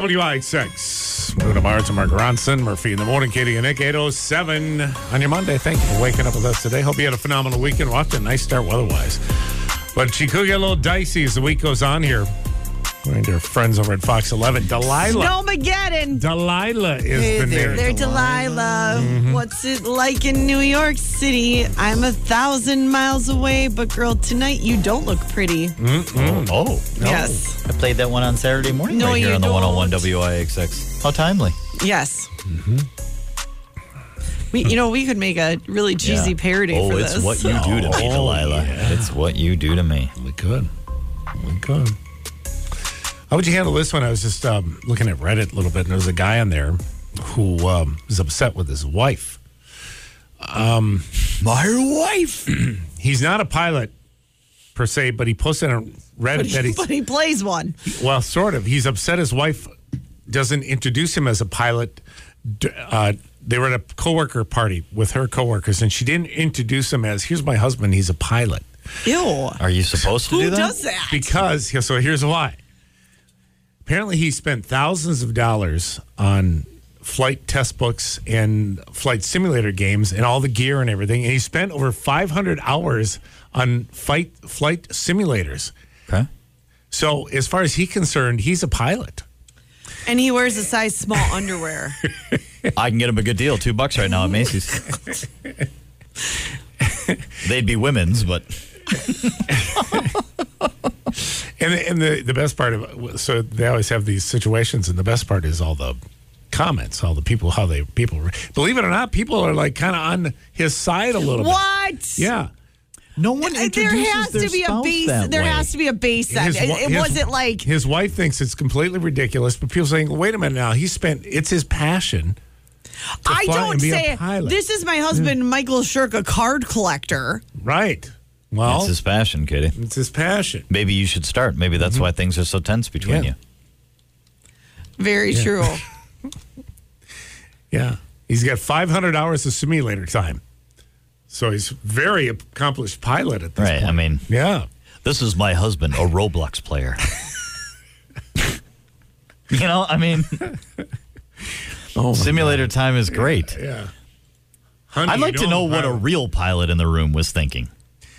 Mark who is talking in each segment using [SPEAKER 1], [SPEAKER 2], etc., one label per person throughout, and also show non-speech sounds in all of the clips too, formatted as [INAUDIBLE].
[SPEAKER 1] WI6. Moon to Mars and Mark Ronson. Murphy in the morning, Katie and Nick, 807 on your Monday. Thank you for waking up with us today. Hope you had a phenomenal weekend. Well, off to a nice start weather wise. But she could get a little dicey as the week goes on here. According to our friends over at Fox 11, Delilah.
[SPEAKER 2] Snowmageddon.
[SPEAKER 1] Delilah is the
[SPEAKER 2] They're,
[SPEAKER 1] name.
[SPEAKER 2] they're Delilah.
[SPEAKER 3] Mm-hmm.
[SPEAKER 2] What's it like in New York City? I'm a thousand miles away, but girl, tonight you don't look pretty.
[SPEAKER 3] Oh,
[SPEAKER 2] Yes.
[SPEAKER 3] I played that one on Saturday morning
[SPEAKER 2] No,
[SPEAKER 3] right here
[SPEAKER 2] you
[SPEAKER 3] on the
[SPEAKER 2] don't.
[SPEAKER 3] 101 WIXX. How timely.
[SPEAKER 2] Yes.
[SPEAKER 3] Mm-hmm.
[SPEAKER 2] We, you know, we could make a really cheesy
[SPEAKER 3] Yeah.
[SPEAKER 2] parody
[SPEAKER 3] Oh,
[SPEAKER 2] for
[SPEAKER 3] it's
[SPEAKER 2] this. [LAUGHS]
[SPEAKER 3] what you do to me,
[SPEAKER 1] Oh,
[SPEAKER 3] Delilah.
[SPEAKER 1] yeah.
[SPEAKER 3] It's what you do to me.
[SPEAKER 1] We could. We could. How would you handle this one? I was just um, looking at Reddit a little bit, and there was a guy on there who um, was upset with his wife. Um,
[SPEAKER 3] My wife.
[SPEAKER 1] [CLEARS THROAT] He's not a pilot per se, but he posted on Reddit that
[SPEAKER 2] but
[SPEAKER 1] he's
[SPEAKER 2] he plays one.
[SPEAKER 1] well, sort of. He's upset his wife doesn't introduce him as a pilot. D- Uh, they were at a coworker party with her coworkers, and she didn't introduce him as "Here's my husband. He's a pilot."
[SPEAKER 2] Ew.
[SPEAKER 3] Are you supposed to
[SPEAKER 2] Who
[SPEAKER 3] do that?
[SPEAKER 2] does that?
[SPEAKER 1] Because here- so here's why. Apparently, he spent thousands of dollars on flight test books and flight simulator games and all the gear and everything, and he spent over 500 hours on fight flight simulators.
[SPEAKER 3] Okay.
[SPEAKER 1] So, as far as he's concerned, he's a pilot.
[SPEAKER 2] and he wears a size small
[SPEAKER 3] [LAUGHS]
[SPEAKER 2] underwear.
[SPEAKER 3] I can get them a good deal, two bucks right now
[SPEAKER 2] [LAUGHS]
[SPEAKER 3] at Macy's. They'd be women's, but
[SPEAKER 1] And the, and the the best part of so they always have these situations, and the best part is all the comments, all the people, how they people re- believe it or not, people are like kind of on his side a little
[SPEAKER 2] what?
[SPEAKER 1] bit. Yeah.
[SPEAKER 3] no one
[SPEAKER 2] There has to be a base. There has to be a base. on
[SPEAKER 1] His
[SPEAKER 2] It,
[SPEAKER 1] wi-
[SPEAKER 2] it
[SPEAKER 1] his-
[SPEAKER 2] wasn't like
[SPEAKER 1] his wife thinks it's completely ridiculous, but people saying, "Wait a minute now, he spent it's his passion." to
[SPEAKER 2] I
[SPEAKER 1] fly
[SPEAKER 2] don't
[SPEAKER 1] and be a
[SPEAKER 2] say it.
[SPEAKER 1] pilot."
[SPEAKER 2] This is my husband, Michael Shirk, a card collector.
[SPEAKER 1] right. Well,
[SPEAKER 3] It's his passion, Katie.
[SPEAKER 1] passion.
[SPEAKER 3] Maybe you should start. Maybe that's why things are so tense between
[SPEAKER 1] Yeah.
[SPEAKER 3] you.
[SPEAKER 2] Very [LAUGHS] true.
[SPEAKER 1] Yeah, he's got 500 hours of simulator time, so he's very accomplished pilot at this
[SPEAKER 3] Right.
[SPEAKER 1] point.
[SPEAKER 3] I mean,
[SPEAKER 1] yeah,
[SPEAKER 3] this is my husband, a Roblox player. you know, I mean, simulator time is great.
[SPEAKER 1] yeah. Honey,
[SPEAKER 3] I'd like
[SPEAKER 1] you
[SPEAKER 3] to know what a
[SPEAKER 1] pilot.
[SPEAKER 3] real pilot in the room was thinking.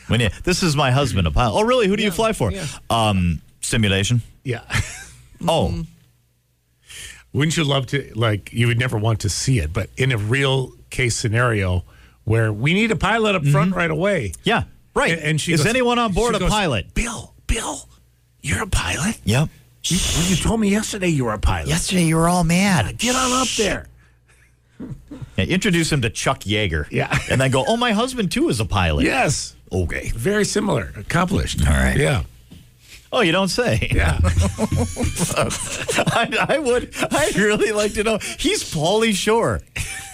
[SPEAKER 3] When you, this is my husband, a pilot. Oh, really? Who do you fly for? Um, simulation.
[SPEAKER 1] yeah. [LAUGHS] Mm-hmm.
[SPEAKER 3] Oh,
[SPEAKER 1] Wouldn't you love to like? You would never want to see it, but in a real case scenario where we need a pilot up
[SPEAKER 3] Mm-hmm.
[SPEAKER 1] front right away.
[SPEAKER 3] yeah, right.
[SPEAKER 1] And, and she
[SPEAKER 3] is
[SPEAKER 1] goes-
[SPEAKER 3] anyone on board
[SPEAKER 1] she
[SPEAKER 3] a
[SPEAKER 1] goes,
[SPEAKER 3] pilot?
[SPEAKER 1] Bill, Bill, you're a pilot.
[SPEAKER 3] Yep.
[SPEAKER 1] You, well, you told me yesterday you were a pilot.
[SPEAKER 3] Yesterday you were all mad.
[SPEAKER 1] Get on up there.
[SPEAKER 3] Yeah, introduce him to Chuck Yeager.
[SPEAKER 1] Yeah.
[SPEAKER 3] and then go. Oh, my husband too is a pilot.
[SPEAKER 1] Yes.
[SPEAKER 3] Okay.
[SPEAKER 1] Very similar. Accomplished. All
[SPEAKER 3] right.
[SPEAKER 1] Yeah.
[SPEAKER 3] Oh, you don't say.
[SPEAKER 1] [LAUGHS] Yeah.
[SPEAKER 3] [LAUGHS] I, I would. I'd really like to know. He's Paulie Shore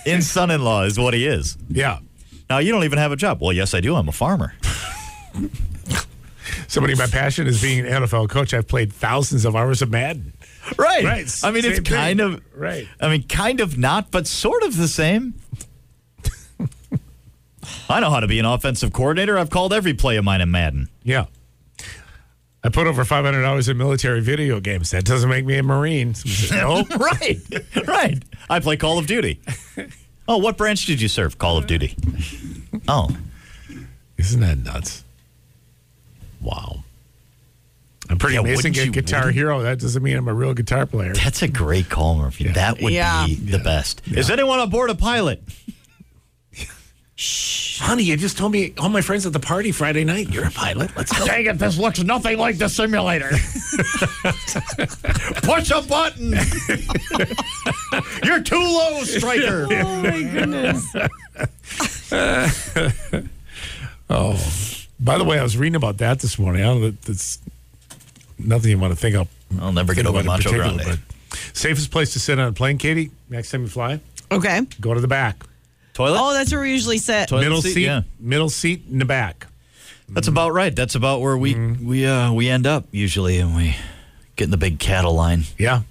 [SPEAKER 3] in Son-in-Law is what he is.
[SPEAKER 1] yeah.
[SPEAKER 3] Now you don't even have a job. Well, yes, I do. I'm a farmer. [LAUGHS]
[SPEAKER 1] Somebody, my passion is being an NFL coach. I've played thousands of hours of Madden.
[SPEAKER 3] Right.
[SPEAKER 1] Right.
[SPEAKER 3] I mean, it's
[SPEAKER 1] Same thing.
[SPEAKER 3] kind of
[SPEAKER 1] Right.
[SPEAKER 3] I mean, kind of not, but sort of the same. I know how to be an offensive coordinator. I've called every play of mine in
[SPEAKER 1] [LAUGHS]
[SPEAKER 3] Madden.
[SPEAKER 1] Yeah. I put over five hundred dollars in military video games. That doesn't make me a Marine. Somebody [LAUGHS] said, nope.
[SPEAKER 3] Right. [LAUGHS] right. I play Call of
[SPEAKER 1] [LAUGHS]
[SPEAKER 3] Duty. Oh, what branch did you serve? Call of Duty. Oh,
[SPEAKER 1] Isn't that nuts? Wow. I'm pretty
[SPEAKER 3] Yeah,
[SPEAKER 1] amazing
[SPEAKER 3] wouldn't
[SPEAKER 1] at
[SPEAKER 3] you-
[SPEAKER 1] Guitar
[SPEAKER 3] wouldn't-
[SPEAKER 1] Hero. That doesn't mean I'm a real guitar player.
[SPEAKER 3] that's a great call, Murphy. That would
[SPEAKER 2] Yeah.
[SPEAKER 3] be the best. Is anyone aboard a pilot?
[SPEAKER 1] Honey, you just told me all my friends at the party Friday night. You're a pilot. Let's go.
[SPEAKER 3] Dang it, this looks nothing like the simulator. Push a [LAUGHS] button. You're too low, striker.
[SPEAKER 2] oh my goodness.
[SPEAKER 1] [LAUGHS] By the way, I was reading about that this morning. I don't know that that's nothing you want to think of.
[SPEAKER 3] I'll never get
[SPEAKER 1] think
[SPEAKER 3] over
[SPEAKER 1] about in
[SPEAKER 3] Macho
[SPEAKER 1] particular,
[SPEAKER 3] Grande.
[SPEAKER 1] but Safest place to sit on a plane, Katie, next time you fly,
[SPEAKER 2] Okay.
[SPEAKER 1] go to the back.
[SPEAKER 3] Toilet?
[SPEAKER 2] Oh, that's where we usually sit.
[SPEAKER 3] Toilet
[SPEAKER 1] middle seat,
[SPEAKER 3] Yeah.
[SPEAKER 1] middle seat in the back.
[SPEAKER 3] That's about right. That's about where we we uh, we end up usually, and we get in the big cattle line.
[SPEAKER 1] Yeah.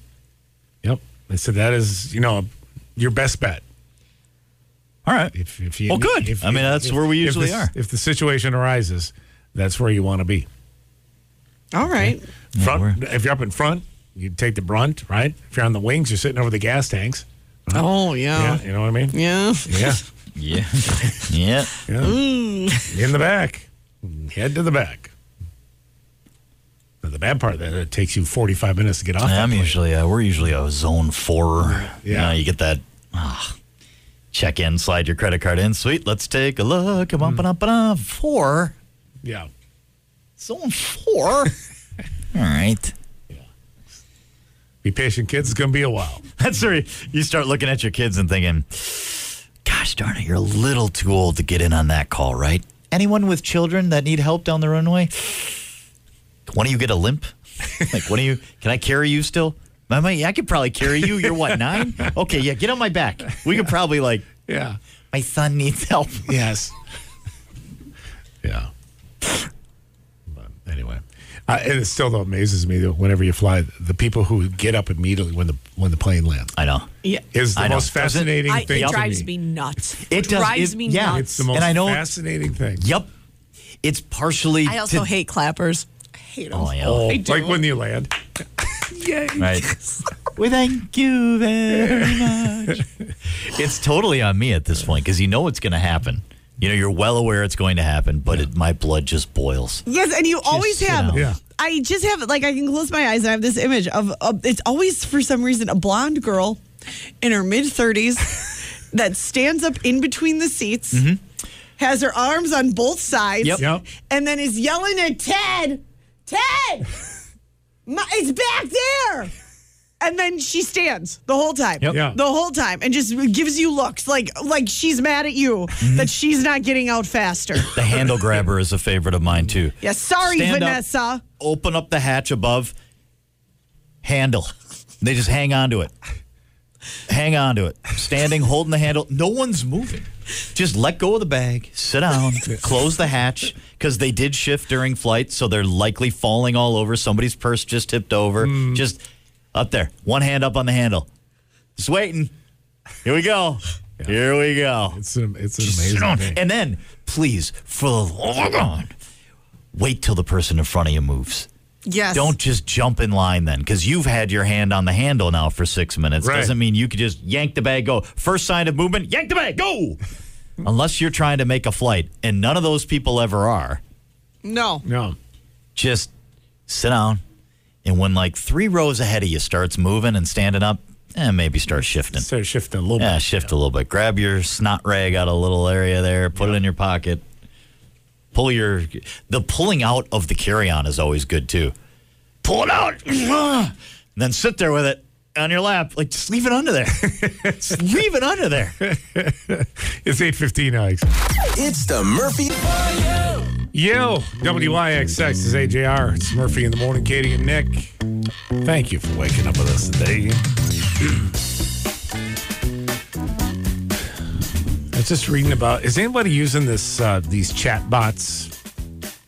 [SPEAKER 1] Yep. They said that is, you know, your best bet.
[SPEAKER 3] All right.
[SPEAKER 1] If, if you,
[SPEAKER 3] Well, good. I mean, that's where we usually
[SPEAKER 1] if the,
[SPEAKER 3] are.
[SPEAKER 1] If the situation arises, that's where you want to be.
[SPEAKER 2] All right.
[SPEAKER 1] Front.
[SPEAKER 3] we're-
[SPEAKER 1] if you're up in front, you take the brunt, right? If you're on the wings, you're sitting over the gas tanks.
[SPEAKER 2] Oh, yeah.
[SPEAKER 1] Yeah, you know what I
[SPEAKER 3] [LAUGHS]
[SPEAKER 1] mean?
[SPEAKER 2] Yeah.
[SPEAKER 1] Yeah.
[SPEAKER 3] Yeah. [LAUGHS] yeah.
[SPEAKER 1] yeah.
[SPEAKER 2] Mm.
[SPEAKER 1] In the back. Head to the back. But the bad part of that, it takes you 45 minutes to get off. that
[SPEAKER 3] I'm
[SPEAKER 1] plane.
[SPEAKER 3] usually, uh, we're usually a zone four. You
[SPEAKER 1] Yeah.
[SPEAKER 3] know, you get that ah, check in, slide your credit card in. Sweet. Let's take a look. Ba-ba-da-ba-da. Four.
[SPEAKER 1] Yeah.
[SPEAKER 3] Zone four. [LAUGHS] All right.
[SPEAKER 1] Be patient, kids. It's going to be a while.
[SPEAKER 3] [LAUGHS] That's where you start looking at your kids and thinking, gosh darn it, you're a little too old to get in on that call, right? Anyone with children that need help down the runway? When do you get a limp? [LAUGHS] like, when do you, can I carry you still? Mama, yeah, I could probably carry you. You're what, nine? Okay, yeah, get on my back. We could probably, like,
[SPEAKER 1] [LAUGHS] Yeah.
[SPEAKER 3] my son needs help.
[SPEAKER 1] Yes. yeah. But anyway, I, and it still though amazes me that whenever you fly, the people who get up immediately when the when the plane lands
[SPEAKER 3] I know.
[SPEAKER 2] Yeah.
[SPEAKER 1] is the
[SPEAKER 3] I know.
[SPEAKER 1] most fascinating
[SPEAKER 2] I,
[SPEAKER 1] thing.
[SPEAKER 2] it
[SPEAKER 1] to
[SPEAKER 2] drives me nuts.
[SPEAKER 3] It does-
[SPEAKER 2] drives
[SPEAKER 3] it-
[SPEAKER 2] me
[SPEAKER 3] yeah,
[SPEAKER 1] It's
[SPEAKER 2] nuts.
[SPEAKER 1] the most
[SPEAKER 3] And I know-
[SPEAKER 1] fascinating thing.
[SPEAKER 3] Yep. It's partially.
[SPEAKER 2] I also
[SPEAKER 3] to-
[SPEAKER 2] hate clappers. I hate them.
[SPEAKER 3] Oh, yeah.
[SPEAKER 1] Oh,
[SPEAKER 2] I do.
[SPEAKER 1] like when you land. Yay.
[SPEAKER 3] Right. well, thank you very much. [LAUGHS] it's totally on me at this point because you know it's going to happen. You know, you're well aware it's going to happen, but it, my blood just boils.
[SPEAKER 2] Yes, and you always
[SPEAKER 3] sit
[SPEAKER 2] have.
[SPEAKER 3] down.
[SPEAKER 1] Yeah.
[SPEAKER 2] I just have like I can close my eyes and I have this image of, of it's always for some reason a blonde girl in her mid thirties
[SPEAKER 3] [LAUGHS]
[SPEAKER 2] that stands up in between the seats, has her arms on both sides,
[SPEAKER 3] Mm-hmm. Yep.
[SPEAKER 1] Yep.
[SPEAKER 2] and then is yelling at Ted,
[SPEAKER 3] [LAUGHS]
[SPEAKER 2] Ted, my, it's back there. And then she stands the whole time,
[SPEAKER 3] Yep.
[SPEAKER 1] Yeah.
[SPEAKER 2] the whole time, and just gives you looks like like she's mad at you
[SPEAKER 3] Mm-hmm.
[SPEAKER 2] that she's not getting out faster.
[SPEAKER 3] The handle grabber is a favorite of mine, too.
[SPEAKER 2] Yeah, sorry,
[SPEAKER 3] Stand up.
[SPEAKER 2] Vanessa.
[SPEAKER 3] Open up the hatch above, handle. They just hang on to it. Hang on to it. Standing, holding the handle. No one's moving. Just let go of the bag, sit down, close the hatch because they did shift during flight, so they're likely falling all over. Somebody's purse just tipped over. Just up there, one hand up on the handle. Just waiting. Here we go. Here we go.
[SPEAKER 1] It's an, it's an
[SPEAKER 3] Just sit
[SPEAKER 1] amazing
[SPEAKER 3] down.
[SPEAKER 1] thing.
[SPEAKER 3] And then, please, for the love of God, wait till the person in front of you moves.
[SPEAKER 2] Yes.
[SPEAKER 3] Don't just jump in line then, because you've had your hand on the handle now for six minutes.
[SPEAKER 1] Right.
[SPEAKER 3] Doesn't mean you could just yank the bag, go. First sign of movement, yank the bag, go. Unless you're trying to make a flight, and none of those people ever are.
[SPEAKER 2] No.
[SPEAKER 1] No.
[SPEAKER 3] Just sit down, and when like three rows ahead of you starts moving and standing up, eh, maybe start shifting.
[SPEAKER 1] Start shifting a little
[SPEAKER 3] Yeah,
[SPEAKER 1] bit.
[SPEAKER 3] shift a little bit. Grab your snot rag out of a little area there. Put it in your pocket. Pull your. The pulling out of the carry on is always good too. Pull it out. [CLEARS THROAT] and then sit there with it on your lap. Like, just leave it under there. [LAUGHS] just leave it under there.
[SPEAKER 1] It's 8.15, Alex.
[SPEAKER 4] It's the Murphy.
[SPEAKER 1] Yo, WYXX is AJR. It's Murphy in the morning, Katie and Nick. Thank you for waking up with us today. I was just reading about is anybody using this uh, these chat bots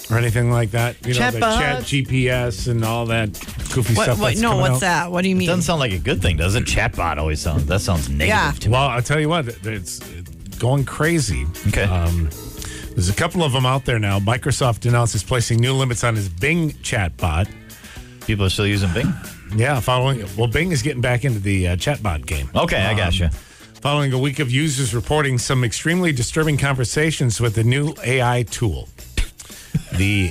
[SPEAKER 1] or anything like that? You know, the
[SPEAKER 3] Chatbots?
[SPEAKER 1] chat GPS and all that goofy
[SPEAKER 2] What,
[SPEAKER 1] stuff.
[SPEAKER 2] what,
[SPEAKER 1] that's
[SPEAKER 2] no,
[SPEAKER 1] coming
[SPEAKER 2] what's
[SPEAKER 1] out.
[SPEAKER 2] that? What do you mean?
[SPEAKER 3] Doesn't sound like a good thing, does it? Chatbot always sounds. That sounds negative
[SPEAKER 2] Yeah.
[SPEAKER 3] to me.
[SPEAKER 1] Well, I'll tell you what, it's going crazy.
[SPEAKER 3] Okay.
[SPEAKER 1] Um, there's a couple of them out there now. Microsoft announces placing new limits on his Bing chatbot.
[SPEAKER 3] People are still using Bing.
[SPEAKER 1] Yeah, following well, Bing is getting back into the uh, chatbot game. Um,
[SPEAKER 3] Okay, I gotcha.
[SPEAKER 1] Following a week of users reporting some extremely disturbing conversations with the new AI tool,
[SPEAKER 3] [LAUGHS]
[SPEAKER 1] the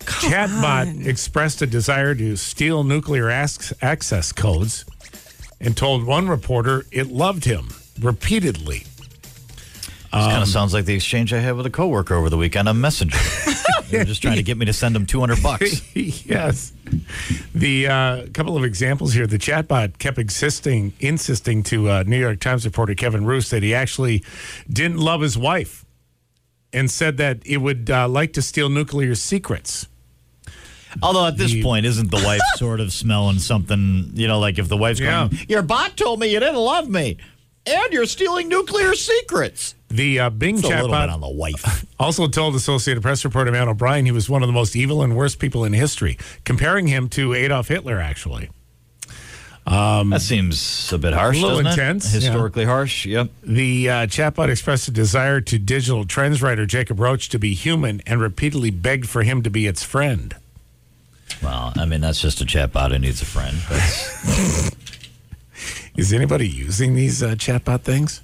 [SPEAKER 1] chatbot expressed a desire to steal nuclear ac- access codes and told one reporter it loved him repeatedly.
[SPEAKER 3] This kind of sounds like the exchange I had with a coworker over the weekend on Messenger. they were just trying to get me to send them
[SPEAKER 1] [LAUGHS]
[SPEAKER 3] 200 bucks.
[SPEAKER 1] yes. The uh, couple of examples here. The chatbot kept existing, insisting to uh, New York Times reporter Kevin Roos that he actually didn't love his wife, and said that it would uh, like to steal nuclear secrets.
[SPEAKER 3] Although at this
[SPEAKER 1] The-
[SPEAKER 3] point, isn't the
[SPEAKER 1] [LAUGHS]
[SPEAKER 3] wife sort of smelling something? You know, like if the wife's
[SPEAKER 1] Yeah.
[SPEAKER 3] going, "Your bot told me you didn't love me, and you're stealing nuclear secrets."
[SPEAKER 1] The uh, Bing
[SPEAKER 3] It's a little bit
[SPEAKER 1] chatbot
[SPEAKER 3] on the wife.
[SPEAKER 1] also told Associated Press reporter Matt O'Brien he was one of the most evil and worst people in history, comparing him to Adolf Hitler. Actually,
[SPEAKER 3] that seems a bit harsh,
[SPEAKER 1] Um, A little
[SPEAKER 3] doesn't it?
[SPEAKER 1] intense, yeah.
[SPEAKER 3] historically harsh. Yep.
[SPEAKER 1] The uh, chatbot expressed a desire to digital trends writer Jacob Roach to be human and repeatedly begged for him to be its friend.
[SPEAKER 3] Well, I mean, that's just a chatbot who needs a friend.
[SPEAKER 1] [LAUGHS]
[SPEAKER 3] That's,
[SPEAKER 1] Is anybody using these uh, chatbot things?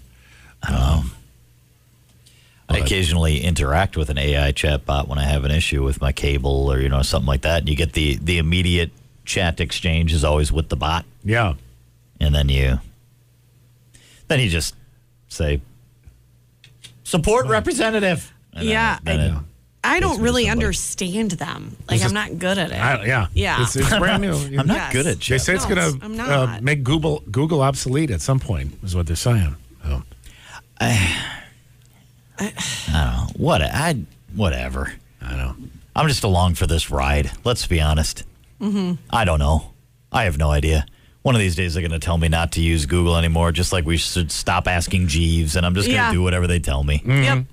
[SPEAKER 3] I occasionally interact with an AI chatbot when I have an issue with my cable or you know something like that. And you get the the immediate chat exchange is always with the bot,
[SPEAKER 1] Yeah.
[SPEAKER 3] and then you then you just say support representative. And then
[SPEAKER 2] Yeah,
[SPEAKER 3] it- then
[SPEAKER 2] I-
[SPEAKER 3] it-
[SPEAKER 2] I
[SPEAKER 3] Takes
[SPEAKER 2] don't
[SPEAKER 3] me to
[SPEAKER 2] really
[SPEAKER 3] somebody.
[SPEAKER 2] understand them. Like
[SPEAKER 1] This
[SPEAKER 2] I'm
[SPEAKER 1] is-
[SPEAKER 2] not good at it.
[SPEAKER 1] I, yeah.
[SPEAKER 2] Yeah.
[SPEAKER 1] It's, it's brand
[SPEAKER 2] [LAUGHS]
[SPEAKER 1] new.
[SPEAKER 3] I'm not
[SPEAKER 2] Yes.
[SPEAKER 3] good at
[SPEAKER 1] They
[SPEAKER 3] chat.
[SPEAKER 1] say it's
[SPEAKER 2] No,
[SPEAKER 1] going
[SPEAKER 2] I'm
[SPEAKER 1] to uh,
[SPEAKER 2] not.
[SPEAKER 1] make Google Google obsolete at some point, is what they're saying. Oh.
[SPEAKER 3] What I whatever.
[SPEAKER 1] I know.
[SPEAKER 3] I'm just along for this ride. Let's be honest.
[SPEAKER 2] Mm-hmm.
[SPEAKER 3] I don't know. I have no idea. One of these days, they're going to tell me not to use Google anymore, just like we should stop asking Jeeves, and I'm just going to
[SPEAKER 2] Yeah.
[SPEAKER 3] do whatever they tell me.
[SPEAKER 1] Mm.
[SPEAKER 2] Yep.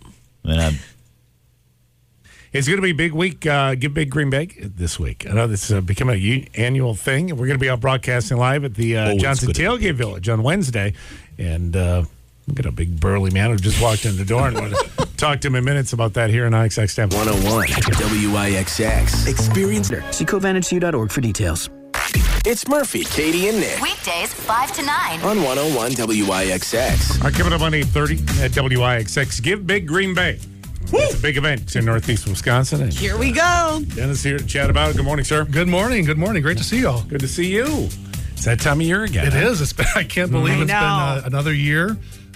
[SPEAKER 3] I mean, I'm-
[SPEAKER 1] It's going to be a big week. Uh, give Big Green Bag this week. I know this is uh, becoming a u- annual thing. and We're going to be out broadcasting live at the uh,
[SPEAKER 3] Oh, it's
[SPEAKER 1] Johnson
[SPEAKER 3] good to be
[SPEAKER 1] Tailgate Village on Wednesday. And uh, we got a big burly man who just walked in the door and want to [LAUGHS] talk to him in minutes about that here in IXX Temple.
[SPEAKER 4] 101 WIXX. Experience.
[SPEAKER 5] SecoVanEtu.org for details.
[SPEAKER 4] It's Murphy, Katie, and Nick
[SPEAKER 6] Weekdays 5 to 9.
[SPEAKER 4] on 101 WIXX.
[SPEAKER 1] All right, coming up on 8.30 at WIXX, give Big Green Bay. It's a big event in northeast Wisconsin. And
[SPEAKER 2] Here we go.
[SPEAKER 1] Dennis here to chat about it. Good morning, sir.
[SPEAKER 7] Good morning. Good morning. Great to see y'all.
[SPEAKER 1] Good to see you. It's that time of year again.
[SPEAKER 7] It is. It's been, [LAUGHS] I can't believe
[SPEAKER 2] I
[SPEAKER 7] it's been
[SPEAKER 2] know.
[SPEAKER 7] uh, another year,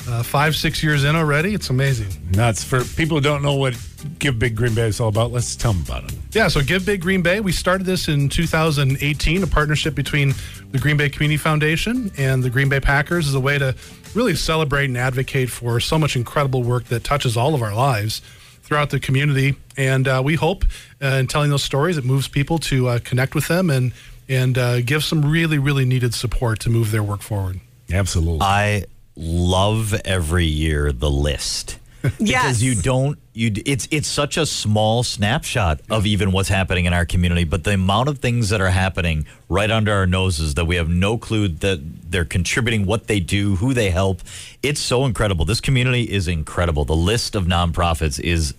[SPEAKER 7] uh, five, six years in already. It's amazing.
[SPEAKER 1] Nuts. For people who don't know what Give Big Green Bay is all about, let's tell them about it.
[SPEAKER 7] Yeah, so Give Big Green Bay, we started this in 2018, a partnership between the Green Bay Community Foundation and the Green Bay Packers as a way to really celebrate and advocate for so much incredible work that touches all of our lives throughout the community. And uh, we hope uh, in telling those stories, it moves people to uh, connect with them and, and uh, give some really, really needed support to move their work forward.
[SPEAKER 1] Absolutely.
[SPEAKER 7] Uh,
[SPEAKER 3] I love every year
[SPEAKER 1] [LAUGHS]
[SPEAKER 3] the list.
[SPEAKER 2] Yes.
[SPEAKER 3] Because you don't you d- it's it's such a small snapshot of even what's happening in our community, but the amount of things that are happening right under our noses that we have no clue that they're contributing, what they do, who they help. It's so incredible. This community is incredible. The list of nonprofits is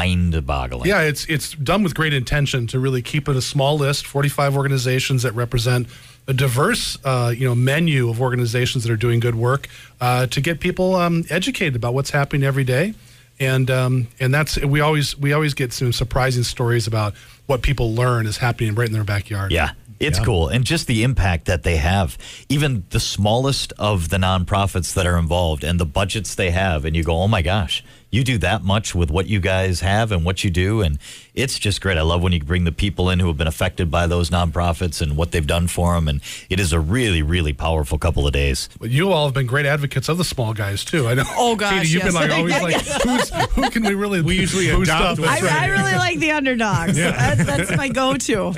[SPEAKER 3] mind-boggling.
[SPEAKER 7] Yeah, it's it's done with great intention to really keep it a small list, 45 organizations that represent a diverse, uh, you know, menu of organizations that are doing good work uh, to get people um, educated about what's happening every day, and um, and that's we always we always get some surprising stories about what people learn is happening right in their backyard.
[SPEAKER 3] Yeah. It's cool. And just the impact that they have. Even the smallest of the nonprofits that are involved and the budgets they have. And you go, oh my gosh, you do that much with what you guys have and what you do. And it's just great. I love when you bring the people in who have been affected by those nonprofits and what they've done for them. And it is a really, really powerful couple of days.
[SPEAKER 7] But you all have been great advocates of the small guys too. I know.
[SPEAKER 2] Oh, gosh,
[SPEAKER 7] Katie, you've been
[SPEAKER 2] yes.
[SPEAKER 7] like
[SPEAKER 2] [LAUGHS]
[SPEAKER 7] always like, who's, who can we really?
[SPEAKER 1] We usually
[SPEAKER 7] boost
[SPEAKER 1] adopt
[SPEAKER 7] up?
[SPEAKER 1] what's
[SPEAKER 2] I,
[SPEAKER 7] That's
[SPEAKER 2] I
[SPEAKER 7] right.
[SPEAKER 2] really like the
[SPEAKER 3] [LAUGHS]
[SPEAKER 2] underdogs. That's, that's my go-to.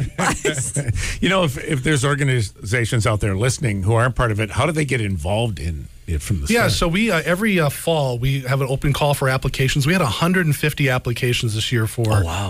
[SPEAKER 1] you know, if, if there's organizations out there listening who aren't part of it, how do they get involved in it from the
[SPEAKER 7] Yeah,
[SPEAKER 1] start?
[SPEAKER 7] so we uh, every uh, fall we have an open call for applications. We had 150 applications this year for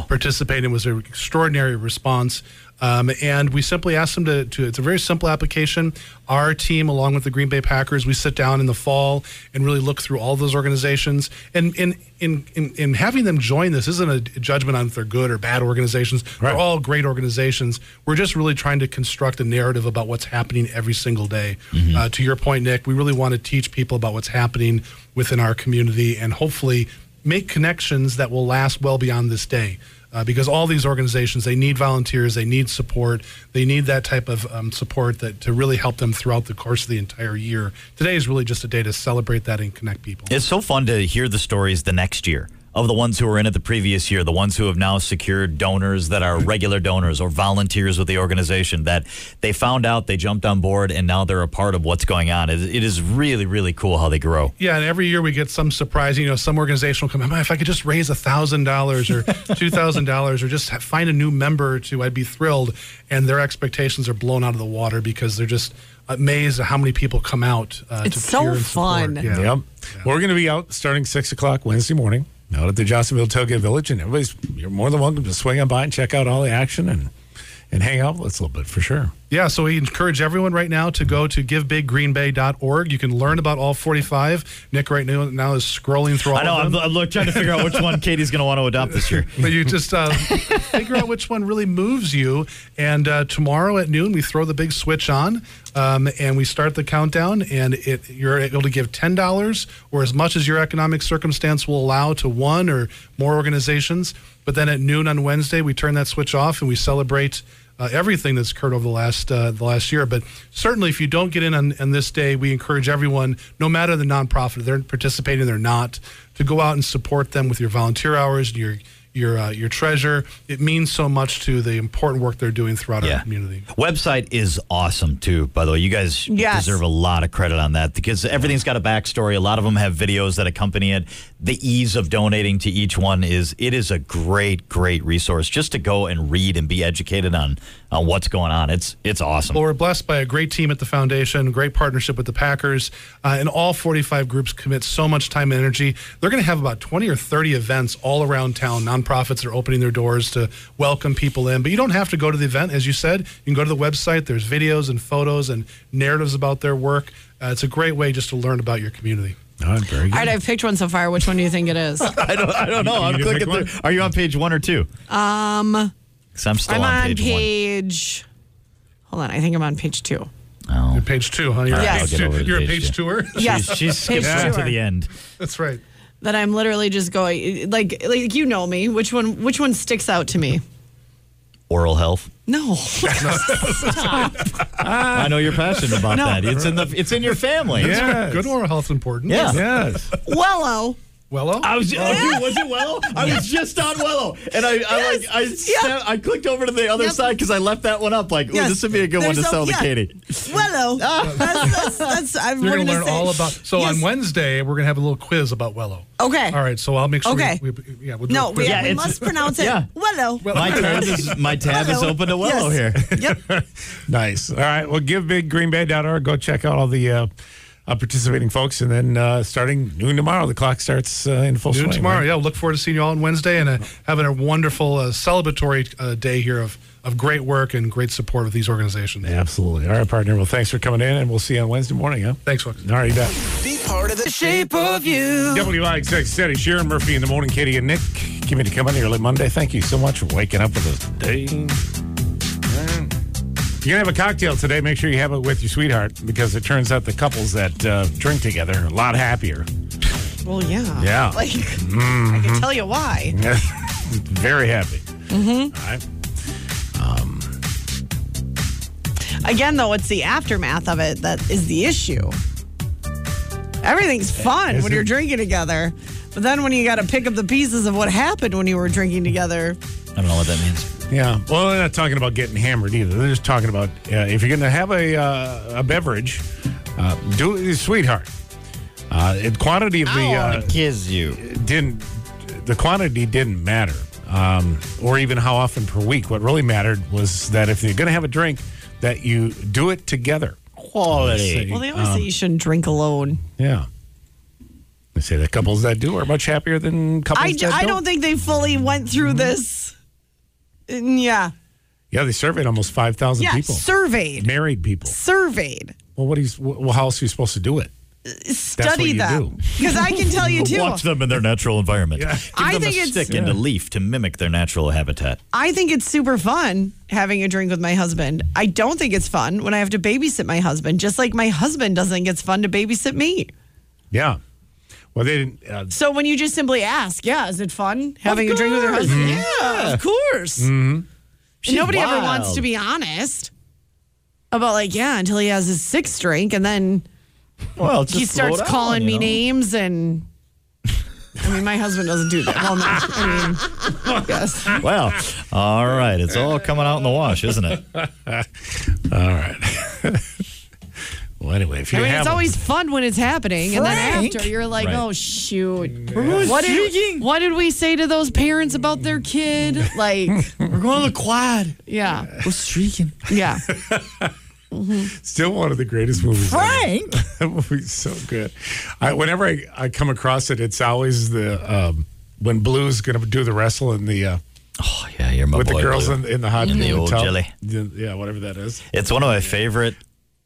[SPEAKER 7] participating. It was an extraordinary response, um, and we simply asked them to, to. It's a very simple application. Our team, along with the Green Bay Packers, we sit down in the fall and really look through all those organizations. And in in in, in having them join this isn't a judgment on if they're good or bad organizations.
[SPEAKER 1] Right.
[SPEAKER 7] They're all all great organizations. We're just really trying to construct a narrative about what's happening every single day. Uh, to your point, Nick, we really want to teach people about what's happening within our community and hopefully make connections that will last well beyond this day. Uh, because all these organizations, they need volunteers, they need support, they need that type of um, support that to really help them throughout the course of the entire year. Today is really just a day to celebrate that and connect people.
[SPEAKER 3] It's so fun to hear the stories the next year of the ones who were in it the previous year, the ones who have now secured donors that are regular donors or volunteers with the organization that they found out, they jumped on board, and now they're a part of what's going on. It, it is really, really cool how they grow.
[SPEAKER 7] Yeah, and every year we get some surprise. You know, some organization will come. "Man, If I could just raise thousand
[SPEAKER 3] [LAUGHS]
[SPEAKER 7] dollars or two thousand dollars, or just ha- find a new member to, I'd be thrilled. And their expectations are blown out of the water because they're just amazed at how many people come out. Uh,
[SPEAKER 2] It's
[SPEAKER 7] to
[SPEAKER 2] so
[SPEAKER 7] cheer and support.
[SPEAKER 2] fun.
[SPEAKER 7] Yeah.
[SPEAKER 1] Yep. We're going to be out starting six o'clock Wednesday morning out at the Johnsonville Tailgate Village, and everybody's you're more than welcome to swing on by and check out all the action and and hang out with us a little bit for sure.
[SPEAKER 7] Yeah, so we encourage everyone right now to go to givebiggreenbay.org. You can learn about all 45. Nick right now, now is scrolling through all
[SPEAKER 3] I know.
[SPEAKER 7] of them.
[SPEAKER 3] I'm, I'm look- trying to figure out which one Katie's going to want to adopt this year.
[SPEAKER 7] [LAUGHS] but you just uh, figure out which one really moves you. And uh, tomorrow at noon, we throw the big switch on, um, and we start the countdown. And it you're able to give ten dollars or as much as your economic circumstance will allow to one or more organizations. But then at noon on Wednesday, we turn that switch off and we celebrate. Uh, everything that's occurred over the last uh, the last year, but certainly if you don't get in on, on this day, we encourage everyone, no matter the nonprofit, they're participating, they're not, to go out and support them with your volunteer hours and your your uh, your treasure. It means so much to the important work they're doing throughout our community.
[SPEAKER 3] Website is awesome too, by the way. You guys
[SPEAKER 2] Yes.
[SPEAKER 3] deserve a lot of credit on that because everything's got a backstory. A lot of them have videos that accompany it. The ease of donating to each one is it is a great, great resource just to go and read and be educated on on what's going on. It's it's awesome.
[SPEAKER 7] Well, we're blessed by a great team at the foundation, great partnership with the Packers, uh, and all 45 groups commit so much time and energy. They're going to have about 20 or 30 events all around town. Nonprofits are opening their doors to welcome people in, but you don't have to go to the event, as you said. You can go to the website. There's videos and photos and narratives about their work. Uh, it's a great way just to learn about your community.
[SPEAKER 1] very
[SPEAKER 2] All right, I've picked one so far. Which one do you think it is?
[SPEAKER 3] [LAUGHS] I don't I don't know.
[SPEAKER 1] You
[SPEAKER 3] I'm
[SPEAKER 1] need to
[SPEAKER 3] clicking
[SPEAKER 1] pick
[SPEAKER 3] through. Are you on page one or two? Um I'm still
[SPEAKER 2] I'm
[SPEAKER 3] on
[SPEAKER 2] on
[SPEAKER 3] page,
[SPEAKER 2] page. Hold on, I think I'm on page two.
[SPEAKER 3] one. Oh.
[SPEAKER 7] Page two, huh? You're,
[SPEAKER 2] Yes. I'll
[SPEAKER 7] a, page
[SPEAKER 3] get over
[SPEAKER 7] two,
[SPEAKER 3] to
[SPEAKER 7] you're a
[SPEAKER 3] page
[SPEAKER 7] page
[SPEAKER 3] two.
[SPEAKER 7] tour. [LAUGHS]
[SPEAKER 2] Yes,
[SPEAKER 3] She skips
[SPEAKER 2] Page
[SPEAKER 3] right
[SPEAKER 2] two.
[SPEAKER 3] to the end.
[SPEAKER 7] That's right.
[SPEAKER 2] that I'm literally just going like like you know me. Which one? Which one sticks out to me?
[SPEAKER 3] Oral health. [LAUGHS]
[SPEAKER 2] No, Uh,
[SPEAKER 3] I know you're passionate about that. It's in the it's in your family.
[SPEAKER 1] Yes.
[SPEAKER 7] Good oral health important.
[SPEAKER 3] Yeah.
[SPEAKER 1] Yes. [LAUGHS]
[SPEAKER 2] Wello.
[SPEAKER 7] Well,
[SPEAKER 3] I was oh, was it Wello? I was just on Wello, and I, I like I
[SPEAKER 2] yeah.
[SPEAKER 3] I clicked over to the other
[SPEAKER 2] Yep.
[SPEAKER 3] side because I left that one up. Like, ooh,
[SPEAKER 2] Yes.
[SPEAKER 3] this would be a good one to
[SPEAKER 2] There's a-
[SPEAKER 3] sell to
[SPEAKER 2] yeah.
[SPEAKER 3] Katie.
[SPEAKER 2] Wello. That's, [LAUGHS] that's, that's I'm
[SPEAKER 7] You're
[SPEAKER 2] going to
[SPEAKER 7] learn all about. So
[SPEAKER 2] Yes.
[SPEAKER 7] on Wednesday, we're going to have a little quiz about Wello.
[SPEAKER 2] Okay.
[SPEAKER 7] All right. So I'll make sure. we-
[SPEAKER 2] Okay.
[SPEAKER 7] We, yeah, we'll do
[SPEAKER 2] No,
[SPEAKER 7] a
[SPEAKER 2] we,
[SPEAKER 7] quiz.
[SPEAKER 3] Yeah,
[SPEAKER 2] we
[SPEAKER 3] it's-
[SPEAKER 2] must pronounce it
[SPEAKER 3] yeah.
[SPEAKER 2] Wello.
[SPEAKER 3] My tab is my tab is
[SPEAKER 2] Wello.
[SPEAKER 3] open to Wello
[SPEAKER 2] Yes.
[SPEAKER 3] here.
[SPEAKER 2] Yep.
[SPEAKER 1] Nice. All right. Well, give biggreenbay.org. Go check out all the uh, uh, participating folks. And then uh, starting noon tomorrow, the clock starts uh, in full
[SPEAKER 7] Noon
[SPEAKER 1] swing.
[SPEAKER 7] tomorrow.
[SPEAKER 1] right?
[SPEAKER 7] Yeah, look forward to seeing you all on Wednesday and uh, having a wonderful uh, celebratory uh, day here of, of great work and great support of these organizations.
[SPEAKER 1] Absolutely. All right, partner. Well, thanks for coming in, and we'll see you on Wednesday morning. Huh?
[SPEAKER 7] Thanks, folks.
[SPEAKER 1] All right, you bet.
[SPEAKER 4] Be part of the
[SPEAKER 1] WIXX City, Sharon Murphy in the morning, Katie and Nick. Give me to come in here early Monday. Thank you so much for waking up with us today. Mm. You're going to have a cocktail today. Make sure you have it with your sweetheart because it turns out the couples that uh, drink together are a lot happier. [LAUGHS]
[SPEAKER 2] Well, yeah.
[SPEAKER 1] Yeah.
[SPEAKER 2] Like I can tell you why.
[SPEAKER 1] Very happy.
[SPEAKER 4] Mm-hmm.
[SPEAKER 1] All right.
[SPEAKER 2] Again, though, it's the aftermath of it that is the issue. Everything's fun
[SPEAKER 1] Is
[SPEAKER 2] when
[SPEAKER 1] it?
[SPEAKER 2] you're drinking together, but then when you got to pick up the pieces of what happened when you were drinking together,
[SPEAKER 3] [LAUGHS] I don't know what that means.
[SPEAKER 1] Yeah. Well, they're not talking about getting hammered either. They're just talking about uh, if you're going to have a uh, a beverage, uh, do it with your sweetheart. Uh, the quantity of
[SPEAKER 4] Oh,
[SPEAKER 3] Oh,
[SPEAKER 1] the uh,
[SPEAKER 3] kiss you.
[SPEAKER 1] didn't the quantity didn't matter, um, or even how often per week. What really mattered was that if you're going to have a drink, that you do it together.
[SPEAKER 3] Oh, Quality.
[SPEAKER 2] well, they always say you shouldn't drink alone.
[SPEAKER 1] Yeah. They say that couples that do are much happier than couples
[SPEAKER 2] I,
[SPEAKER 1] that
[SPEAKER 2] j- I don't think they fully went through this. Mm, Yeah.
[SPEAKER 1] Yeah, they surveyed almost five thousand
[SPEAKER 2] Yeah.
[SPEAKER 1] people,
[SPEAKER 2] Surveyed.
[SPEAKER 1] married people.
[SPEAKER 2] Surveyed.
[SPEAKER 1] Well, what he's well, how else are you supposed to do it? what
[SPEAKER 2] Study
[SPEAKER 1] you
[SPEAKER 2] them.
[SPEAKER 1] do.
[SPEAKER 2] [LAUGHS] Because I can tell you too.
[SPEAKER 3] Watch them in their natural environment. Give
[SPEAKER 2] I
[SPEAKER 3] them
[SPEAKER 2] think
[SPEAKER 3] a
[SPEAKER 2] it's-
[SPEAKER 3] stick and a leaf to mimic their natural habitat.
[SPEAKER 2] I think it's super fun having a drink with my husband. I don't think it's fun when I have to babysit my husband, just like my husband doesn't think it's fun to babysit me.
[SPEAKER 1] Yeah. Well, they didn't. Uh,
[SPEAKER 2] So when you just simply ask, yeah, is it fun having a drink with your
[SPEAKER 3] course,
[SPEAKER 2] husband? Yeah, of course. And Nobody ever
[SPEAKER 3] wild.
[SPEAKER 2] wants to be honest about like, yeah, until he has his sixth drink and then
[SPEAKER 3] Well,
[SPEAKER 2] he starts calling me names and I mean, my husband doesn't do that. Well, no, I mean, yes.
[SPEAKER 3] Well, all right. It's all coming out in the wash, isn't it?
[SPEAKER 1] all right. well, anyway, if you
[SPEAKER 2] I mean,
[SPEAKER 1] have
[SPEAKER 2] it's
[SPEAKER 1] them-
[SPEAKER 2] always fun when it's happening, and then
[SPEAKER 3] Frank?
[SPEAKER 2] after you're like,
[SPEAKER 3] Right.
[SPEAKER 2] "Oh shoot, what did what did we say to those parents about their kid?"
[SPEAKER 3] [LAUGHS]
[SPEAKER 2] Like,
[SPEAKER 3] We're going to the quad.
[SPEAKER 2] yeah,
[SPEAKER 3] We're streaking. [LAUGHS]
[SPEAKER 2] yeah.
[SPEAKER 1] still one of the greatest movies. ever.
[SPEAKER 3] Frank.
[SPEAKER 1] [LAUGHS] that movie's so good. I, whenever I, I come across it, it's always the um, when Blue's going to do the wrestle in the uh,
[SPEAKER 3] Oh, yeah, you're my
[SPEAKER 1] with
[SPEAKER 3] boy,
[SPEAKER 1] the girls
[SPEAKER 3] Blue.
[SPEAKER 1] in, in the hot
[SPEAKER 3] In the old
[SPEAKER 1] tub.
[SPEAKER 3] jelly.
[SPEAKER 1] Yeah, whatever that is.
[SPEAKER 3] It's one of my favorite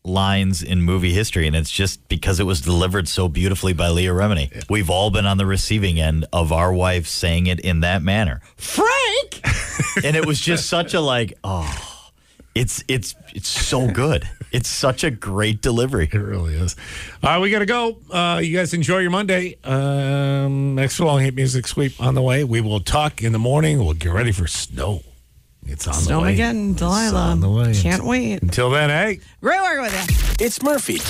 [SPEAKER 3] lines in movie history, and it's just because it was delivered so beautifully by Leah Remini. We've all been on the receiving end of our wife saying it in that manner, Frank. [LAUGHS] and it was just such a like, oh, it's it's it's so good. It's such a great delivery.
[SPEAKER 1] It really is. All right, we got to go. Uh, you guys enjoy your Monday. Um, extra long hit music sweep on the way. We will talk in the morning. We'll get ready for snow. It's on the
[SPEAKER 2] Snow
[SPEAKER 1] way.
[SPEAKER 2] again,
[SPEAKER 1] It's on the
[SPEAKER 2] Delilah.
[SPEAKER 1] way.
[SPEAKER 2] Can't wait.
[SPEAKER 1] Until then, hey.
[SPEAKER 2] Great working with you.
[SPEAKER 4] It's Murphy,